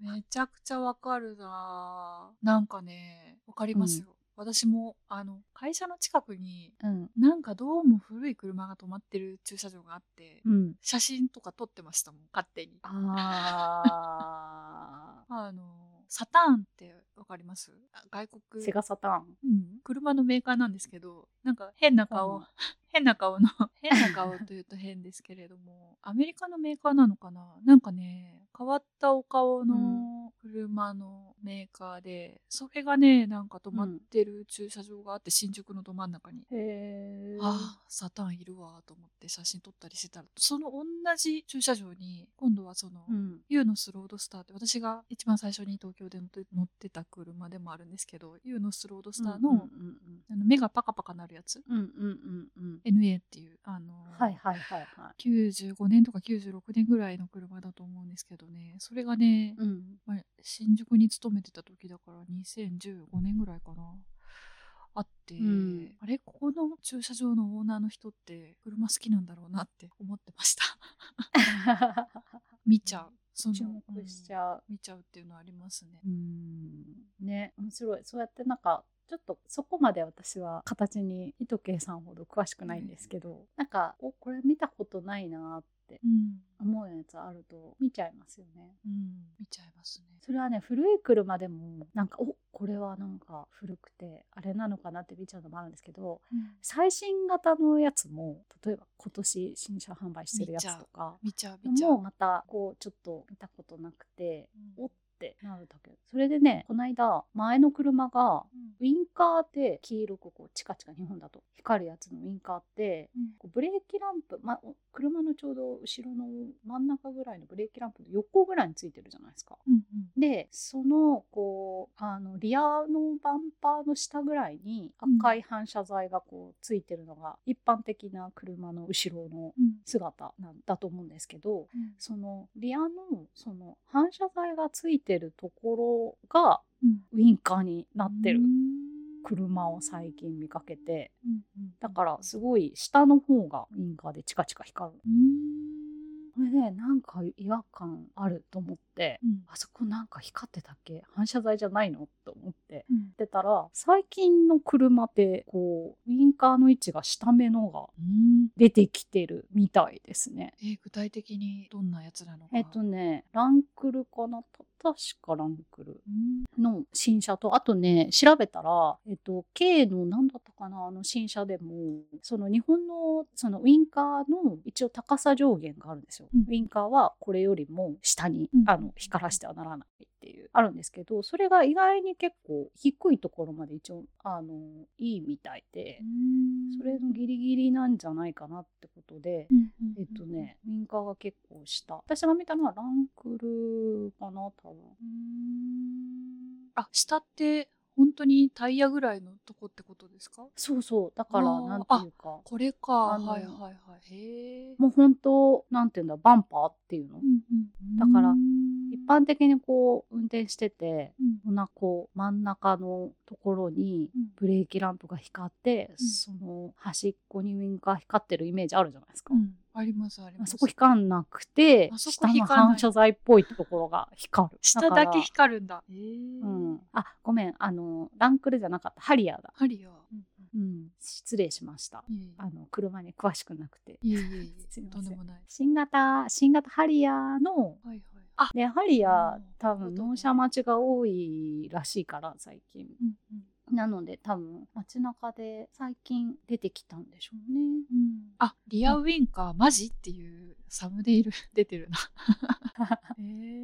めちゃくちゃわかるなぁ。なんかね、わかりますよ。私もあの会社の近くにうんなんかどうも古い車が止まってる駐車場があって、うん写真とか撮ってましたもん勝手に。ああのサターンってわかりますあ外ー 国セガサターンうん、車のメーカーなんですけどなんか変なう顔ん変な 顔の変な顔というと変ですけれどもアメリカのメーカーなのかななんかね変わったお顔の車のメーカーで、それがねなんか止まってる駐車場があって、新宿のど真ん中に。へーああサターンいるわと思って写真撮ったりしてたらその同じ駐車場に今度はその、うんユーノスロードスターって私が一番最初に東京で乗って乗ってた車でもあるんですけどユーノスロードスターの,、うんあの目がパカパカなるやつうんうんうんうん NA っていうあの、はいはいはいは95年とか96年ぐらいの車だと思うんですけどねそれがねい、、うん、まあ新宿に勤めてた時だから2015年ぐらいかなあって、うんあれここの駐車場のオーナーの人って車好きなんだろうなって思ってました 見ちゃうその注目しちうんゃう見ちゃうっていうのありますねうんね面白いそうやってなんかちょっとそこまで私は形に糸計さんほど詳しくないんですけど、なんかおこれ見たことないなってうん思うやつあると見ちゃいますよねうん、見ちゃいますね。それはね古い車でもなんかおこれはなんか古くてあれなのかなって見ちゃうのもあるんですけど最新型のやつも例えば今年新車販売してるやつとか見ちゃう見ちゃもう。うまたこうちょっと見たことなくてうんおってなるんだけどそれでねこの間前の車がウィンカーで黄色くこうチカチカ日本だと光るやつのウィンカーってうんこうブレーキランプ、ま、お車のちょうど後ろの真ん中ぐらいのブレーキランプの横ぐらいについてるじゃないですか。うんうんでそのこうあのリアのバンパーの下ぐらいに赤い反射材がこうついてるのが一般的な車の後ろのうん姿なんだと思うんですけどうんそのリアのその反射材がついてるところがうんウインカーになってるうーん車を最近見かけてうんうんだからすごい下の方がウインカーでチカチカ光るうーんこれねなんか違和感あると思ってうんあそこなんか光ってたっけ反射材じゃないのと思ってうんってたら最近の車ってこうウインカーの位置が下目のが出てきてるみたいですね。えー具体的にどんなやつなのか。えっとねランクルかなた確かランクルうんの新車とあとね調べたら、えっと、K の何だったかなあの新車でもその日本のそのウインカーの一応高さ上限があるんですよ。うんウインカーはこれよりも下に、うんあの光らせてはならないっていういう。あるんですけどそれが意外に結構低いところまで一応あのいいみたいで、それのギリギリなんじゃないかなってことで、えっとね民間が結構下私が見たのはランクルかな多分あ、下って本当にタイヤぐらいのとこってことですかそうそうだからあーなんていうかこれか。あのはいはいはい。へえ。もう本当なんていうんだバンパーっていうの、だから一般的にこう運転しててこんなこう真ん中のところにうんブレーキランプが光って、うんその端っこにウインカー光ってるイメージあるじゃないですか、うん、ありますありあます。そこ光んなくてあそこ下光のんな反い射材っぽいところが光る下からだけ光るんだ。へえ。うん、あごめんあのランクルじゃなかったハリアーだ、ハリアー。うんうん、失礼しましたうんいあの車に詳しくなくてえいえいえいえい すえいませとんんでもない。新型新型ハリアーのはいはい。あ、でハリアー多なるほ分ど納車待ちが多いらしいから最近うんうんなので多分街中で最近出てきたんでしょうね。あ、リアウインカーマジっていうサムネイル 出てるな。へえ。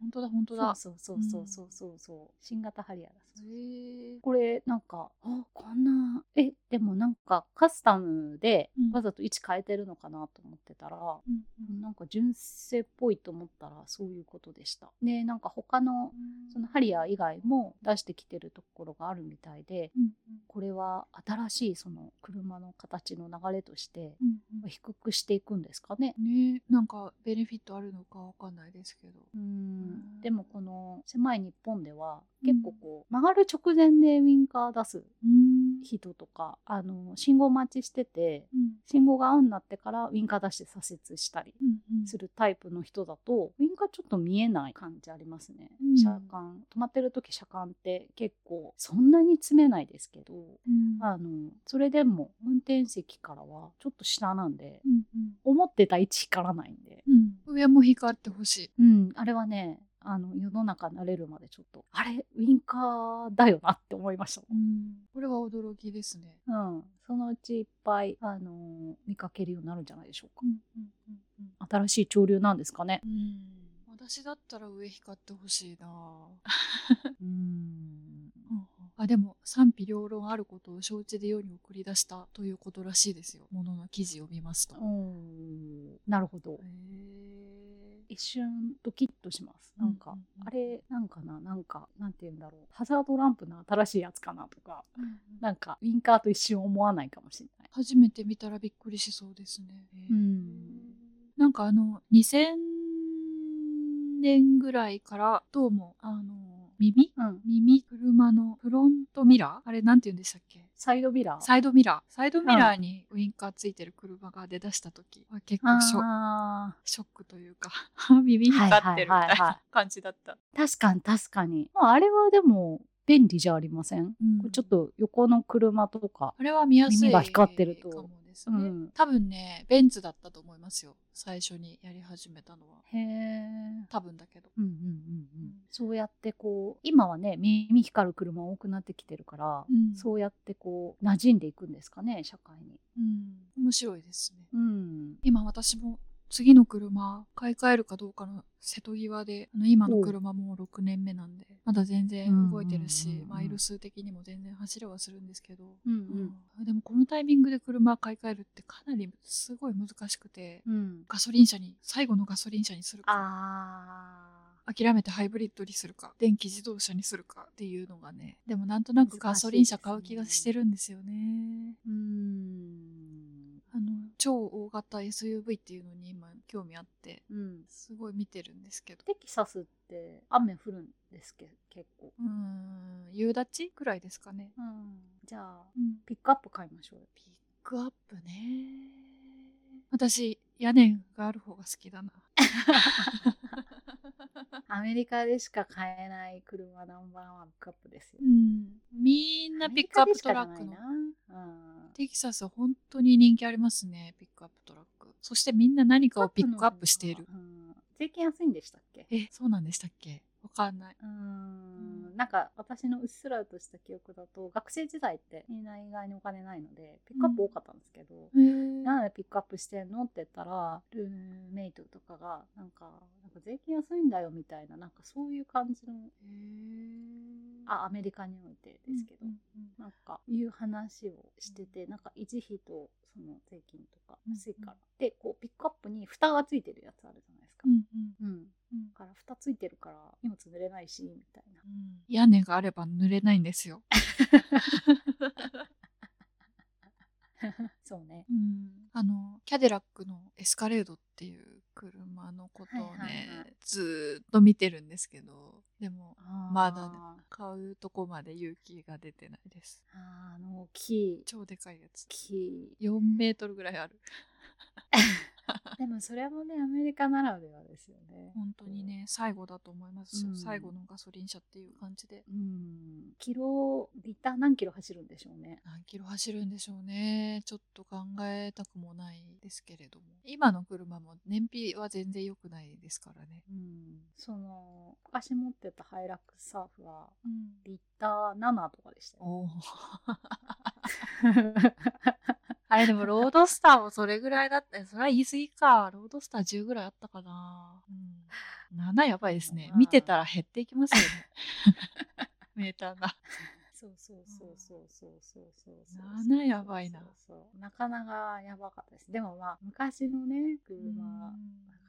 本当だ本当だ。そうそうそうそうそうそう、う新型ハリアーだそうですへえ。これなんかあこんなえでもなんかカスタムでうんわざと位置変えてるのかなと思ってたら、うんうんなんか純正っぽいと思ったらそういうことでした。でなんか他のそのハリアー以外も出してきてるところがあるみたいでうんこれは新しいその車の形の流れとしてうんうん低くしていくんですかね。うん。ねなんかベネフィットあるのかわかんないですけど。うんんでもこの狭い日本ではうん結構こう曲がる直前でウインカー出すうん。人とかあの信号待ちしてて信号が青になってからウインカー出して左折したりうんするタイプの人だとウインカーちょっと見えない感じありますね。うん車間止まってる時車間って結構そんなに詰めないですけどうんあのそれでも運転席からはちょっと下なんでうんうん思ってた位置光らないんでうん、上も光ってほしい。うん、あれはね、あの世の中慣れるまでちょっと、あれ、ウインカーだよなって思いましたもん。これは驚きですね。うん、そのうちいっぱい、あのー見かけるようになるんじゃないでしょうか。新しい潮流なんですかね。私だったら上光ってほしいな。うん。あでも賛否両論あることを承知で世に送り出したということらしいですよ。ものの記事を見ますと。なるほどへ。一瞬ドキッとします。なんか、うんうんうんあれ、なんかな、なんか、なんて言うんだろう。ハザードランプの新しいやつかなとか、ーなんか、ウインカーと一瞬思わないかもしれない。初めて見たらびっくりしそうですね。うんなんかあの2000年ぐらいからどうもあの耳うん。耳車のフロントミラーあれなんて言うんでしたっけサイドビラー。サイドミラーサイドミラーにウインカーついてる車が出だした時は結構ショあーショックというか 耳に光っはいはてるみたいいはいはいな感じだった、確かに確かに。まあ、あれはでも便利じゃありません、うんこれちょっと横の車とか。あれは見やすい耳が光ってるとかもですね、うん多分ねベンツだったと思いますよ最初にやり始めたのはへえ。多分だけどうんうんうんうん、そうやってこう今はね耳光る車多くなってきてるから、うんそうやってこう馴染んでいくんですかね社会に。うん面白いですねうん、今私も次の車買い替えるかどうかの瀬戸際であの今の車もう6年目なんでまだ全然動いてるうし、んうんうんうんマイル数的にも全然走れはするんですけど、うんうんでもこのタイミングで車買い替えるってかなりすごい難しくてうんうん、ガソリン車に最後のガソリン車にするかあ諦めてハイブリッドにするか電気自動車にするかっていうのがねでもなんとなくガソリン車買う気がしてるんですよね。ーうん、あの超大型 SUV っていうのに今興味あってうん。すごい見てるんですけどテキサスって雨降るんですけど結構、うーん夕立くらいですかね、うん。じゃあうん、ピックアップ買いましょうよ。ピックアップね私屋根がある方が好きだなアメリカでしか買えない車ナンバーワンピックアップですよう。んみんなピックアップトラッアクのメリカでしかないな。うんテキサスは本当に人気ありますねピックアップトラックそしてみんな何かをピックアップしているうん。税金安いんでしたっけえそうなんでしたっけわかんない。うーんなんか私のうっすらとした記憶だと学生時代ってみんな意外にお金ないのでピックアップ多かったんですけど、なんでピックアップしてんのって言ったらルームメイトとかがなんかなんか税金安いんだよみたいななんかそういう感じのあアメリカにおいてですけど、うんうんうんなんかいう話をしてて、なんか維持費とその税金とかうん安いから、でこうピックアップに蓋がついてるやつあるじゃないですか、うんうんうんうんだから蓋ついてるから荷物濡れないしみたいなうん屋根があれば濡れないんですよ。そうねあのキャデラックのエスカレードっていう車のことをね、はいはいはいずーっと見てるんですけどでもまだねあー買うとこまで勇気が出てないですあーあの大きい超でかいやつ大きい4メートルぐらいあるでもそれもねアメリカならではですよね本当にね最後だと思いますよ、うん最後のガソリン車っていう感じでうんキロリッター何キロ走るんでしょうね何キロ走るんでしょうねちょっと考えたくもないですけれども今の車も燃費は全然良くないですからね、うんその昔持ってたハイラックスサーフはうん、リッター7とかでしたよ、おーあれでもロードスターもそれぐらいだって、それは言い過ぎか。ロードスター10ぐらいあったかな。うん。7やばいですねま。あ見てたら減っていきますよね。 メーターが。 そうそうそうそうそうそうそうそう7やばいなそうそうなかなかやばかったですでもまあ昔のね車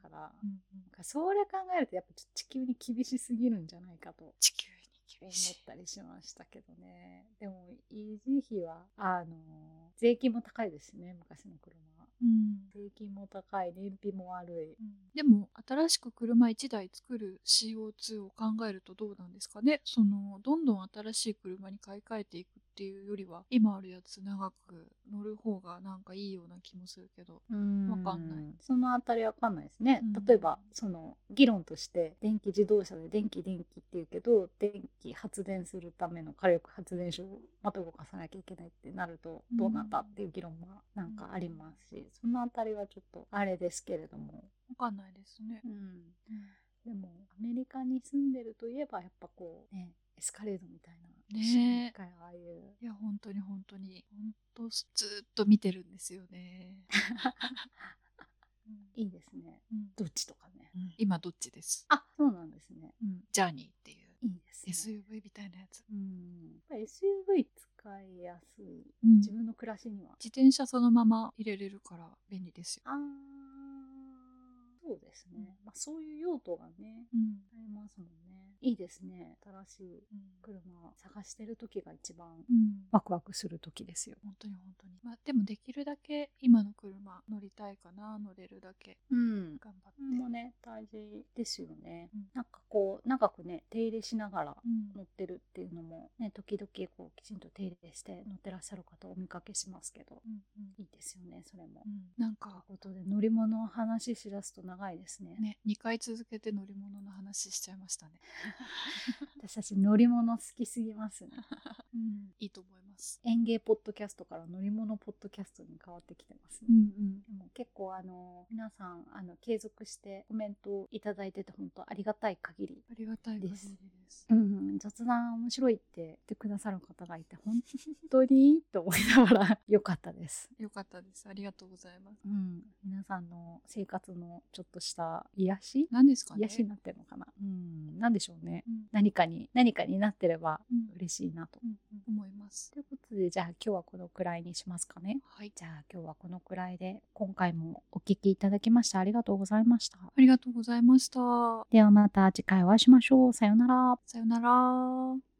だから、うんうんなんかそれ考えるとやっぱちょっと地球に厳しすぎるんじゃないかと地球に思厳っしい。たりしましたけどねでも維持費はあの税金も高いですしね昔の車はうん税金も高い燃費も悪いでも新しく車1台作る CO2 を考えるとどうなんですかねそのどんどん新しい車に買い替えていくっていうよりは今あるやつ長く乗る方がなんかいいような気もするけどわわかんないそのあたりわかんないですね、うん例えばその議論として電気自動車で電気電気っていうけど電気発電するための火力発電所をまた動かさなきゃいけないってなるとどうなんだっていう議論はなんかありますし、そのあたりはちょっとあれですけれども、わかんないですねうん、でもアメリカに住んでるといえばやっぱこうねエスカレードみたいなねえ一回ああいういや本当に本当に本当ずーっと見てるんですよ ね。いいですねどっちとかね今どっちです。あそうなんですねジャーニーっていういいですね SUV みたいなやつ。うんやっぱ SUV 使いやすい自自分の暮らしには、自転車そのまま入れれるから便利ですよ。ああそうですね、まあ、そういう用途がねありますもんねいいですね新しい車探してる時が一番うんワクワクする時ですよ本当に本当に。まあでもできるだけ今の車乗りたいかな乗れるだけうん頑張っそて。れもね大事ですよね、うんなんかこう長くね手入れしながらうん乗ってるっていうのもね時々こうきちんと手入れして乗ってらっしゃる方お見かけしますけどうんうんいいですよねそれもう。んなんというかことで乗り物の話しだすと長いですね。ね2回続けて乗り物の話しちゃいましたね。私たち乗り物好きすぎ ますね。うんいいと思います。園芸ポッドキャストから乗り物ポッドキャストに変わってきてますね。うんでも結構あの皆さんあの継続してコメントをいただいてて本当ありがたい限り、ありがたいで限りですす。うんうん、雑談面白いって言ってくださる方がいて本当にと思いながら良かったです。よかったです。ありがとうございます。うん、皆さんの生活のちょっとした癒し何ですかね癒しになってるのかな、うん、なんでしょうねうん何かに何かになってればうん嬉しいなと。うんうん思います。ということでじゃあ今日はこのくらいにしますかね。はい。じゃあ今日はこのくらいで今回もお聞きいただきましてありがとうございました。ありがとうございました。ではまた次回お会いしましょう。さようなら。さよなら。